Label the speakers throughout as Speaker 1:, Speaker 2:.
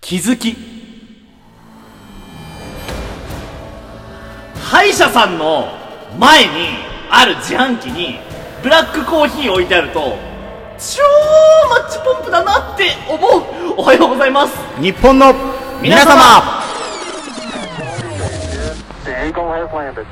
Speaker 1: 気づき歯医者さんの前にある自販機にブラックコーヒー置いてあると超マッチポンプだなって思うおはようございます
Speaker 2: 日本の皆様
Speaker 3: The Eagle has landed.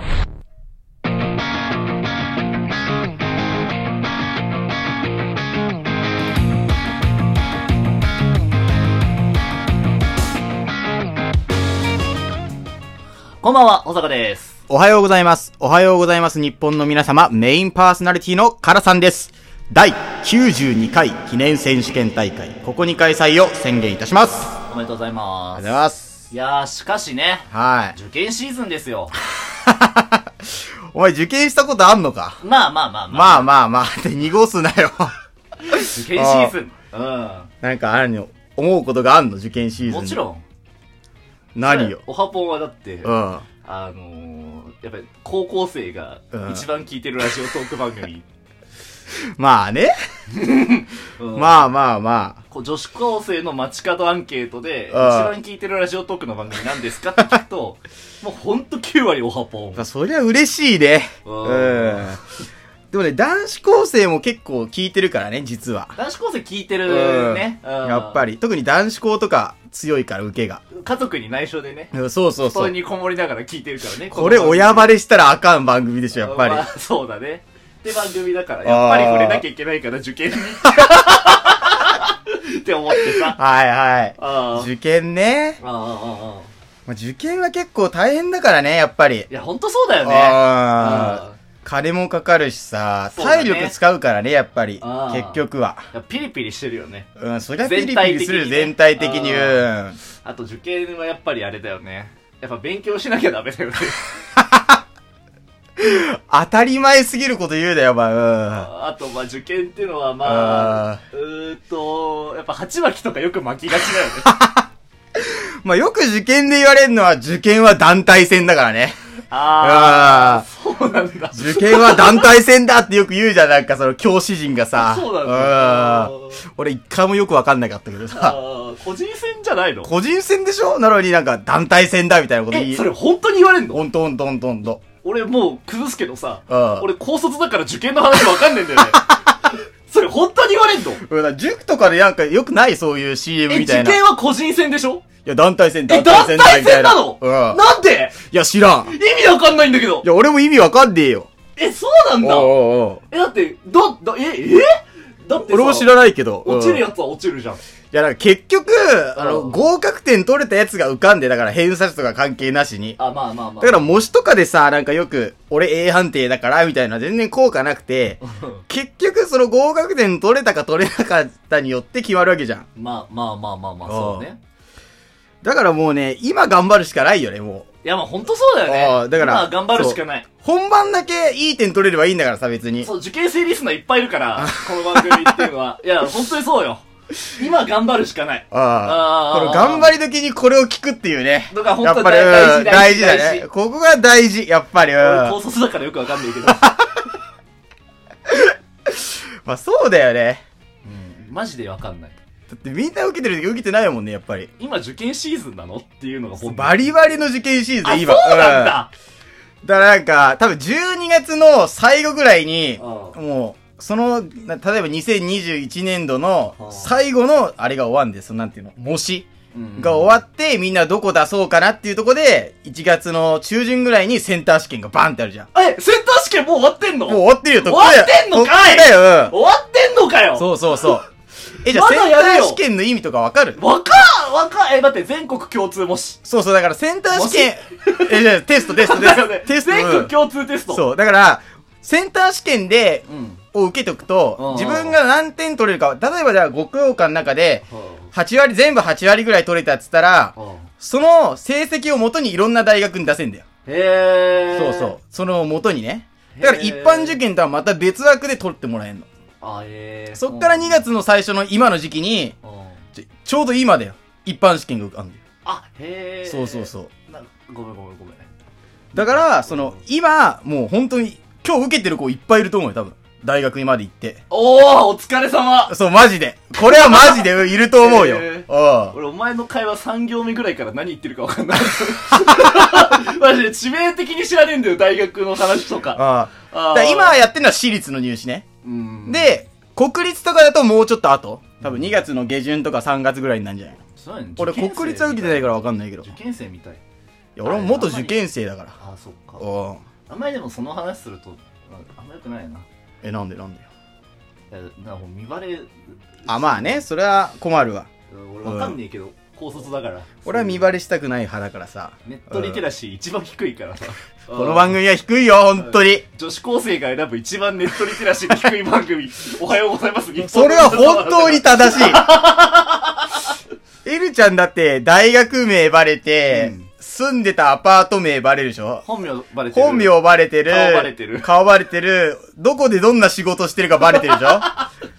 Speaker 1: こんばんは保坂です
Speaker 2: おはようございます。おはようございます。日本の皆様、メインパーソナリティのカラさんです。第92回記念選手権大会、ここに開催を宣言いたします。あ
Speaker 1: おめでとうございま
Speaker 2: りがとうご
Speaker 1: す
Speaker 2: ざいます。
Speaker 1: いやーしかしね
Speaker 2: は
Speaker 1: 受験シーズンですよ
Speaker 2: い。お前受験したことあんのか
Speaker 1: まあまあまあまあ、
Speaker 2: まあまあまあ、って濁すなよ。
Speaker 1: 受験シーズンう
Speaker 2: なんかあるの、思うことがあんの受験シーズン
Speaker 1: ん
Speaker 2: に。
Speaker 1: もちろん
Speaker 2: 何よ。
Speaker 1: おはぽんはだって
Speaker 2: うん。
Speaker 1: あのー、やっぱり高校生が一番聞いてるラジオトーク 番組、
Speaker 2: まあね。
Speaker 1: うん
Speaker 2: まあまあま
Speaker 1: こう女子高生の街角アンケートで、一
Speaker 2: ああ
Speaker 1: 番聞いてるラジオトークの番組何ですかって聞く と、もうほんと9割オハポン
Speaker 2: あ。。そりゃ嬉しいね。
Speaker 1: う
Speaker 2: うんん。でもね、男子高生も結構聞いてるからね、実は。
Speaker 1: 男子高生聞いてるね。
Speaker 2: うんやっぱ
Speaker 1: り。
Speaker 2: り。特に男子校とか強いから、受けが。
Speaker 1: 家族に内緒でね。
Speaker 2: うんそうそう
Speaker 1: 布
Speaker 2: そ
Speaker 1: 団
Speaker 2: う。
Speaker 1: にこもりながら聞いてるからね。
Speaker 2: これ
Speaker 1: の番組
Speaker 2: 親バレしたらあかん番組でしょ、やっぱり
Speaker 1: まあ。そうだね。って番組だから、やっぱり触れなきゃいけないから受 験に。って思ってさ。
Speaker 2: はいはい。
Speaker 1: ああ。
Speaker 2: 受験ね。
Speaker 1: ああああああ。
Speaker 2: まあ受験は結構大変だからね、やっぱり。
Speaker 1: いや、ほんとそうだよね。
Speaker 2: あ
Speaker 1: うん
Speaker 2: あ。金もかかるしさ、
Speaker 1: そうだね
Speaker 2: 体力使うからね、やっぱり
Speaker 1: あ。ー
Speaker 2: 結局は。
Speaker 1: いやピリピリしてるよね。
Speaker 2: うん、そりゃピリピリする、
Speaker 1: 全
Speaker 2: 全
Speaker 1: 体
Speaker 2: 体
Speaker 1: 的
Speaker 2: 的
Speaker 1: に
Speaker 2: に。
Speaker 1: ね
Speaker 2: うん。
Speaker 1: あと受験はやっぱりあれだよね。やっぱ勉強しなきゃダメだ よね。
Speaker 2: 当たり前すぎること言うだよ、お前。うん。
Speaker 1: あと、まあ受験っていうのはまあ
Speaker 2: あ、
Speaker 1: うーんと、やっぱ鉢巻きとかよく巻きがち だよね。
Speaker 2: まあ、よく受験で言われるのは、受験は団体戦だからね。
Speaker 1: ああ、そうなんだ。
Speaker 2: 受験は団体戦だってよく言うじゃん、なんかその教師陣がさ。
Speaker 1: そうなんだ。
Speaker 2: うん。俺一回もよくわかんなかったけど
Speaker 1: あ
Speaker 2: さ。
Speaker 1: ー個人戦じゃないの
Speaker 2: 個人戦でしょなのになんか団体戦だみたいなこと言
Speaker 1: え、
Speaker 2: い
Speaker 1: そ。れ本当に言われんの
Speaker 2: ほんとほんとほんとほんと。
Speaker 1: 俺もう崩すけどさ
Speaker 2: うん、
Speaker 1: 俺高卒だから受験の話わかんねえんだよ ね。それ本当に言われんの
Speaker 2: うんだから塾とかでなんかよくないそういう CM
Speaker 1: え、
Speaker 2: み
Speaker 1: 受
Speaker 2: たいな。い
Speaker 1: 験は個人戦でしょ
Speaker 2: や、団体戦、
Speaker 1: え、団体戦なの
Speaker 2: うん。い
Speaker 1: なんで
Speaker 2: や、知らん。い
Speaker 1: 意味わかんないんだけど
Speaker 2: や、俺も意味わかんねえよ。
Speaker 1: え、そうなん
Speaker 2: おう
Speaker 1: だ
Speaker 2: おうおう
Speaker 1: え、だって、だ、だ、え、えだってさ、
Speaker 2: 俺も知らないけど。
Speaker 1: 落ちる
Speaker 2: よ。
Speaker 1: やつは落ちるじゃん。
Speaker 2: いや、なんか結局、あの、
Speaker 1: うん
Speaker 2: 合格点取れたやつが浮かんで、だから偏差値とか関係なしに。
Speaker 1: あ、まあまあ
Speaker 2: だ
Speaker 1: まあ。
Speaker 2: から模試とかでさ、なんかよく、俺 A 判定だから、みたいな全然効果なくて、結局その合格点取れたか取れなかったによって決まるわけじゃん。
Speaker 1: まあまあまあまあまあ、そうね。
Speaker 2: だからもうね、今頑張るしかないよね、もう。
Speaker 1: いやまあ本当そうだよ
Speaker 2: あ
Speaker 1: ね。
Speaker 2: あだから
Speaker 1: まあ頑張るしかない。
Speaker 2: 本番だけいい点取れればいいんだからさ、別に。
Speaker 1: そう、受験生リスナーいっぱいいるから、この番組っていう のは。いや、本当にそうよ。今頑張るしかない。
Speaker 2: ああ。
Speaker 1: ああ
Speaker 2: この頑張り時にこれを聞くっていうね。
Speaker 1: だから本
Speaker 2: や
Speaker 1: 当
Speaker 2: っぱ
Speaker 1: に
Speaker 2: り、
Speaker 1: 大
Speaker 2: うん
Speaker 1: 事大
Speaker 2: 大
Speaker 1: 事
Speaker 2: 事
Speaker 1: 大事
Speaker 2: だね。ここが大事、やっぱり。うん
Speaker 1: 俺高卒だからよくわかんない けど。
Speaker 2: まあそうだよね。
Speaker 1: うんマジでわかんない。
Speaker 2: だってみんな受けてる時受けてないもんね、やっぱり。
Speaker 1: 今受験シーズンなのっていうのが本当に。
Speaker 2: バリバリの受験シーズ
Speaker 1: あ、
Speaker 2: ン、
Speaker 1: そう
Speaker 2: 今。
Speaker 1: なん
Speaker 2: うん
Speaker 1: だ。
Speaker 2: だからなんか、多分12月の最後ぐらいに、
Speaker 1: うん
Speaker 2: もう、その、な例えば2021年度
Speaker 1: はあ
Speaker 2: の最後の、あれが終わんです。そのなんていうの模試
Speaker 1: うん
Speaker 2: が終わって、みんなどこ出そうかなっていうとこで、1月の中旬ぐらいにセンター試験がバンってあるじゃん。
Speaker 1: え、センター試験もう終わってんの
Speaker 2: もう終わってるよ、
Speaker 1: 終
Speaker 2: 特
Speaker 1: わってんのかい
Speaker 2: だよ、
Speaker 1: 終わってんのか
Speaker 2: うん
Speaker 1: よ
Speaker 2: そうそうそう。え、じゃあ
Speaker 1: ま
Speaker 2: セン
Speaker 1: だ
Speaker 2: タ
Speaker 1: やれよ
Speaker 2: ー試験の意味とかわかる
Speaker 1: わかわかえ、待って、全国共通模試。
Speaker 2: そうそう、だからセンター試験、え、じゃあテスト、テスト、テ
Speaker 1: だ
Speaker 2: ス
Speaker 1: よ
Speaker 2: ト
Speaker 1: ね。。
Speaker 2: テスト、
Speaker 1: 全
Speaker 2: う
Speaker 1: 国
Speaker 2: ん
Speaker 1: 共通テスト。う。
Speaker 2: そう、だから、センター試験で、
Speaker 1: ん。
Speaker 2: を受けとく
Speaker 1: うんう
Speaker 2: と、
Speaker 1: ん
Speaker 2: 自分が何点取れるか、例えばじゃあ5教科の中で、8割、全部8割ぐらい取れたっつったら、その成績をもとにいろんな大学に出せんだよ。
Speaker 1: へえ。
Speaker 2: そうそう。。そのもとにね。だから
Speaker 1: へー
Speaker 2: 一般受験とはまた別枠で取ってもらえんの。
Speaker 1: あ、ええ。
Speaker 2: そっから2月の最初の今の時期に、
Speaker 1: うん。うん
Speaker 2: ちょちょうど今だよ。一般試験が受かんだよ。
Speaker 1: あ、へえ。
Speaker 2: そうそうそう。
Speaker 1: う。なごめんごめんごめん。
Speaker 2: だから、その、今、もう本当に、今日受けてる子いっぱいいると思うよ、多分。大学にまで行って。
Speaker 1: おー、お疲れ様
Speaker 2: そう、マジで。これはマジでいると思うよ。
Speaker 1: へ
Speaker 2: うん。
Speaker 1: 俺、お前の会話3行目ぐらいから何言ってるかわかんない。 マジで致命的に知らねえんだよ、大学の話とか。
Speaker 2: あ
Speaker 1: あー
Speaker 2: あ今やってるのは私立の入試ね。
Speaker 1: うん。
Speaker 2: で、国立とかだともうちょっと後。多分2月の下旬とか3月ぐらいになるんじゃない
Speaker 1: そうやね
Speaker 2: 俺国立は受けてないからわかんないけど。い
Speaker 1: 受験生みたい。
Speaker 2: や、俺も元受験生だから。
Speaker 1: ああ、そっか。
Speaker 2: うん。
Speaker 1: あんまりでもその話すると、ああんま良くないよな。い
Speaker 2: え、なんでなんでよ。
Speaker 1: や、なんかもう見バレ、
Speaker 2: あ、まあね、それは困るわ。
Speaker 1: 俺わかんねえけど、高卒だから。
Speaker 2: 俺は見バレしたくない派だからさ。
Speaker 1: ネットリテラシー一番低いからさ。
Speaker 2: この番組は低いよ、本当に。
Speaker 1: 女子高生が選ぶ一番ネットリテラシーの低い番組。おはようございます。日本
Speaker 2: それは本当に正しい。エルちゃんだって、大学名バレて、
Speaker 1: うん
Speaker 2: 住んでたアパート名バレるでしょ
Speaker 1: 本名バレてる。
Speaker 2: 本名バレてる。
Speaker 1: 顔バレてる
Speaker 2: 顔バレてる。どこでどんな仕事してるかバレてるでし ょ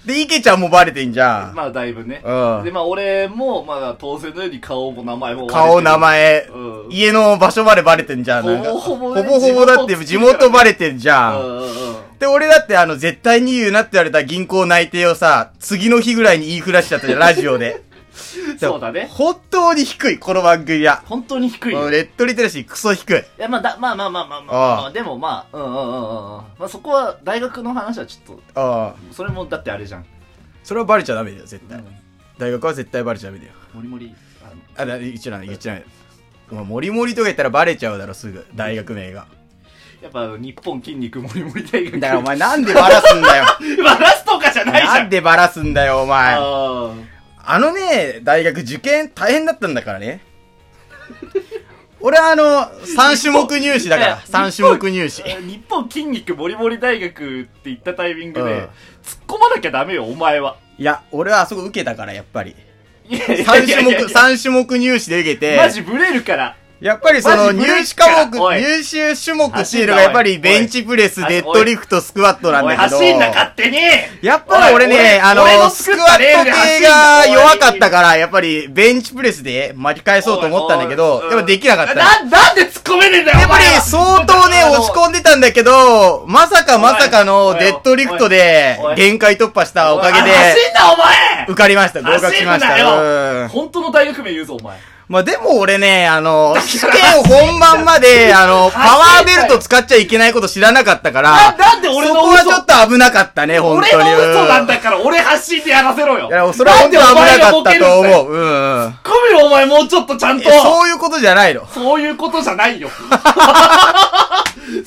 Speaker 2: で、イケちゃんもバレてんじゃん。
Speaker 1: まあだいぶね。
Speaker 2: うん
Speaker 1: で、まあ俺も、まあ当然のように顔も名前も。
Speaker 2: 顔、名。前、
Speaker 1: うん
Speaker 2: 家の場所までバレてんじゃん。なんか
Speaker 1: ほぼほぼ
Speaker 2: ほ
Speaker 1: ね
Speaker 2: ぼほぼだって地
Speaker 1: 地元
Speaker 2: 元バレてんじ
Speaker 1: う
Speaker 2: ゃん。
Speaker 1: んうんうん。
Speaker 2: で、俺だってあの、絶対に言うなって言われた銀行内定をさ、次の日ぐらいに言いふらしちゃったじゃん、ラジオで。
Speaker 1: そうだね
Speaker 2: 本当に低い、この番組は。
Speaker 1: 本当に低い
Speaker 2: こ
Speaker 1: よ。
Speaker 2: のレッドリテラシークソ低い。
Speaker 1: いや、まあだ、まあまあまあまあまあ、まあ、でもまあ、うんうんうんうんうん。まあそこは、大学の話はちょっ
Speaker 2: ああ。
Speaker 1: と、それもだってあれじゃん。
Speaker 2: それはバレちゃダメだよ、絶対。
Speaker 1: も
Speaker 2: 大学は絶対バレちゃダメだよ。
Speaker 1: りもり、あの、
Speaker 2: あ、だ言っちゃダメ、言っちゃダメ。お前、モリモリとか言ったらバレちゃうだろ、すぐ。大学名が。
Speaker 1: やっぱ日本筋肉もりもり大学。
Speaker 2: だからお前、なんでバラすん だよ。
Speaker 1: バラすとかじゃないじゃん。
Speaker 2: なんでバラすんだよ、お前。
Speaker 1: あ
Speaker 2: あのね、大学受験大変だったんだからね。俺はあの、3種目入試だか
Speaker 1: いや
Speaker 2: ら、3種目入試。
Speaker 1: ー日本筋肉もりもり大学って言ったタイミングで、
Speaker 2: うん
Speaker 1: 突っ込まなきゃダメよ、お前は。
Speaker 2: いや、俺はあそこ受けたから、やっぱり。
Speaker 1: いや
Speaker 2: 3
Speaker 1: いやいや
Speaker 2: 種
Speaker 1: いやいや
Speaker 2: 目、三種目入試で受け
Speaker 1: マ
Speaker 2: て、
Speaker 1: ジブレるから。
Speaker 2: やっぱりその
Speaker 1: マジ無理
Speaker 2: 入試科目
Speaker 1: か、おい
Speaker 2: 入試種目っていうのがやっぱり
Speaker 1: 走んなおい
Speaker 2: ベンチプレス、
Speaker 1: おい
Speaker 2: デッドリフト、スクワットなん
Speaker 1: おい、
Speaker 2: だけど、
Speaker 1: 走んな、勝手に
Speaker 2: やっぱり俺
Speaker 1: おい
Speaker 2: ね、あ
Speaker 1: 俺
Speaker 2: の、
Speaker 1: の
Speaker 2: ス
Speaker 1: 作
Speaker 2: ク
Speaker 1: っ
Speaker 2: ワッ
Speaker 1: た
Speaker 2: ト
Speaker 1: レールで走
Speaker 2: 系
Speaker 1: んな
Speaker 2: が弱かっ
Speaker 1: お
Speaker 2: たか
Speaker 1: い
Speaker 2: ら、やっぱりベンチプレスで巻き返そうと思ったんだけ
Speaker 1: お
Speaker 2: ど
Speaker 1: い、おい
Speaker 2: やっぱできなかった。
Speaker 1: な、なんで突っ込めねえんだよ、
Speaker 2: やっぱり
Speaker 1: お前は
Speaker 2: 相当ね、落ち込んでたんだけど、まさかまさかの
Speaker 1: おい
Speaker 2: デッドリフトで
Speaker 1: おい
Speaker 2: 限界突破したおかげ
Speaker 1: おい
Speaker 2: で、
Speaker 1: 走んな、お前
Speaker 2: 受かりました。合格しまし
Speaker 1: 走んな
Speaker 2: た。うん
Speaker 1: よ本当の大学名言うぞ、お前。
Speaker 2: まあでも俺ね、あ の、試
Speaker 1: から
Speaker 2: 験本番まで、あの、
Speaker 1: 走んな
Speaker 2: パ
Speaker 1: よ
Speaker 2: ワーベルト使っちゃいけないこと知らなかったか
Speaker 1: な、
Speaker 2: ら、
Speaker 1: なんで俺
Speaker 2: そ
Speaker 1: の
Speaker 2: こは
Speaker 1: 嘘
Speaker 2: ちょっと危なかったね、本
Speaker 1: 俺
Speaker 2: 当に。
Speaker 1: の嘘なん
Speaker 2: だ
Speaker 1: だから、俺走ってやらせろよ。
Speaker 2: いや、それは本当に危なかったと
Speaker 1: なんでお前がボケるんだよ
Speaker 2: 思う。うんうん。
Speaker 1: 突っ込めよ、お前、もうちょっとちゃん
Speaker 2: え
Speaker 1: と。
Speaker 2: そういうことじゃないの。
Speaker 1: そういうことじゃないよ。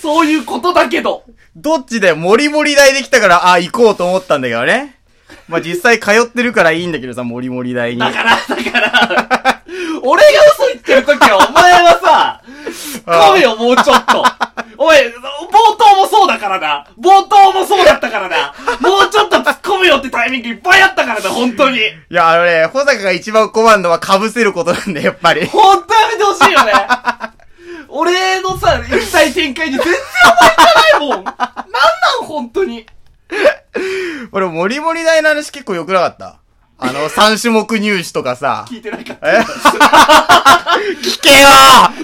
Speaker 1: そういうことだけど。
Speaker 2: どっちでもりもり大できたから、あ、行こうと思ったんだけどね。まあ、実際通ってるからいいんだけどさ、もりもり大に。
Speaker 1: だから、だから、俺が嘘言ってるときは、お前はさ、
Speaker 2: ああ
Speaker 1: 突っ込めよ、もうちょっと。お前、冒頭もそうだからな。冒頭もそうだったからな。もうちょっと突っ込めよってタイミングいっぱいあったからな、本当に。
Speaker 2: いや、あのね、保坂が一番困るのは被せることなんだよ、やっぱり。
Speaker 1: 本当やめてほしいよね。俺のさ、液体展開に全然思いいかないもん。なんなん、本当に。
Speaker 2: 俺、もりもり大の話結構良くなかった。あの、三種目入試とかさ。
Speaker 1: 聞いてなかった。
Speaker 2: え聞けよ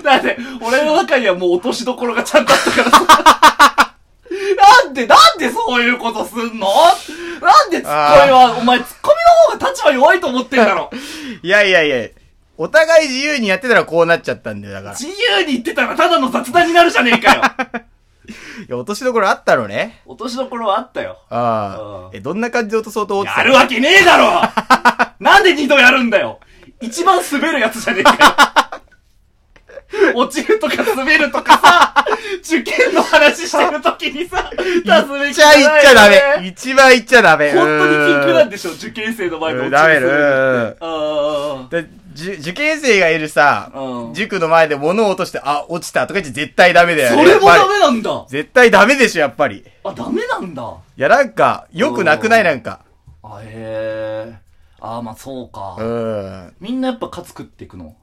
Speaker 1: だって、俺の中にはもう落としどころがちゃんとあったからさ。 なんで、なんでそういうことすんのなんでツッコミは、お前ツッコミの方が立場弱いと思ってんだ ろ。
Speaker 2: いやいやいや、お互い自由にやってたらこうなっちゃったんだよ、だから。い
Speaker 1: 自由に言ってたらただの雑談になるじゃねえ かよ。
Speaker 2: や、落としどころあったのね。
Speaker 1: 落としどころはあったよ。
Speaker 2: ああ
Speaker 1: あ。
Speaker 2: え、どんな感じで落とそうと思ってた
Speaker 1: やるわけねえ だろなんで二度やるんだよ一番滑るやつじゃねえか よ落ちるとか滑るとかさ、受験の話してるときにさ、
Speaker 2: 言っちゃいっちゃダメ。一番言っちゃダメ。
Speaker 1: 本当に禁句なん
Speaker 2: で。
Speaker 1: でしょ受験生の前で
Speaker 2: うん
Speaker 1: 落ち
Speaker 2: ダメ
Speaker 1: る
Speaker 2: る。
Speaker 1: する
Speaker 2: うん
Speaker 1: あ
Speaker 2: でじゅ受験生がいるさ
Speaker 1: う、ん
Speaker 2: 塾の前で物を落として、あ、落ちたとか言って絶対ダメだ
Speaker 1: あ。
Speaker 2: よ
Speaker 1: そ
Speaker 2: ね。
Speaker 1: れも
Speaker 2: やっぱ
Speaker 1: ダ
Speaker 2: り
Speaker 1: メなんだ。
Speaker 2: 絶対ダメでしょ、やっぱり。い
Speaker 1: あ、ダメなんだ。
Speaker 2: や、なんか、良くなくないなんか。
Speaker 1: あ、へえ。あー、まあそう
Speaker 2: う
Speaker 1: か。
Speaker 2: ん。
Speaker 1: みんなやっぱ勝つ食っていくの。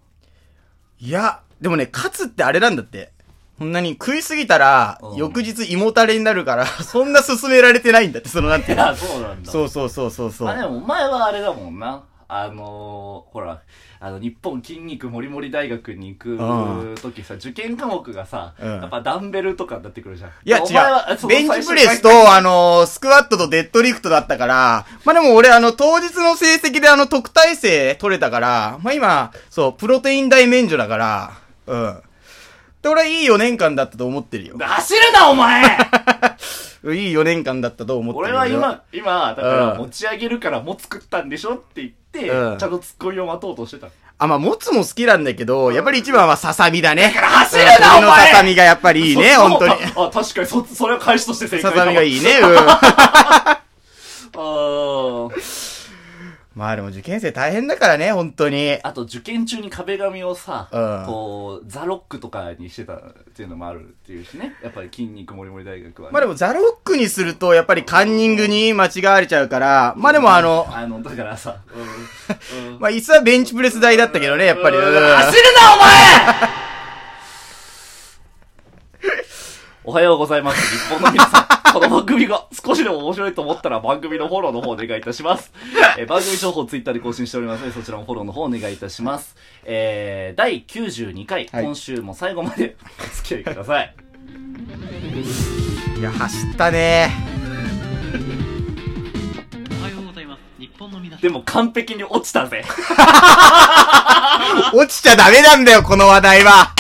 Speaker 2: いや、でもね、勝つってあれなんだって。こんなに食いすぎたら
Speaker 1: う、ん
Speaker 2: 翌日胃もたれになるから、そんな勧められてないんだって、そのなん
Speaker 1: い
Speaker 2: ていうの。
Speaker 1: や、そうなんだ。
Speaker 2: そうそうそうそうそ
Speaker 1: あ、で
Speaker 2: う。
Speaker 1: もお前はあれだもんな。あのーほら、あの、日本筋肉もりもり大学に行
Speaker 2: うん
Speaker 1: く時さ、受験科目がさ、
Speaker 2: うん
Speaker 1: やっぱダンベルとかになってくるじゃん。
Speaker 2: いや、
Speaker 1: お前は
Speaker 2: 違。
Speaker 1: そうの
Speaker 2: ベンチプレス
Speaker 1: 最初に
Speaker 2: と、あのースクワットとデッドリフトだったから、まあでも俺、あの、当日の成績であの、特待生取れたから、まあ今、そう、プロテイン代免除だから、うん。で、俺はいい4年間だったと思ってるよ。
Speaker 1: 走るな、お前
Speaker 2: いい4年間だったと思ってる
Speaker 1: 俺
Speaker 2: よ
Speaker 1: は今、今、だから
Speaker 2: うん
Speaker 1: 持ち上げるからも作ったんでしょって言って、
Speaker 2: うん
Speaker 1: ちゃんとツッコミを待とうとしてた。
Speaker 2: あ、まあ、もつも好きなんだけど、やっぱり一番はささみだね。だから
Speaker 1: 走るな
Speaker 2: な
Speaker 1: お前
Speaker 2: ささみがやっぱりいいね、
Speaker 1: そ
Speaker 2: 本当に。
Speaker 1: あ、確かに、そ、それは返しとして正
Speaker 2: さ
Speaker 1: 解
Speaker 2: さみがい
Speaker 1: い。
Speaker 2: いね、うん。
Speaker 1: あー
Speaker 2: まあでも受験生大変だからね、本当に。
Speaker 1: あと、受験中に壁紙をさ、
Speaker 2: うん
Speaker 1: こう、ザロックとかにしてたっていうのもあるっていうしね。やっぱり筋肉もりもり大学はね、
Speaker 2: まあでもザロックにすると、やっぱりカンニングに間違われちゃうから、まあでもあの、
Speaker 1: あの、だからさ、うん。うん
Speaker 2: まあ椅子はベンチプレス台だったけどね、やっぱり。
Speaker 1: う
Speaker 2: うんん
Speaker 1: 走るな、お前 おはようございます。日本の皆さん。この番組が少しでも面白いと思ったら番組のフォローの方お願いいたします。えー番組情報をツイッターで更新しておりますので、そちらもフォローの方お願いいたします。えー、第92回、
Speaker 2: はい
Speaker 1: 今週も最後までお付き合いください。
Speaker 2: いや、走ったね。
Speaker 3: おはようございます。日本の皆さん。
Speaker 1: でも完璧に落ちたぜ。
Speaker 2: 落ちちゃダメなんだよ、この話題は。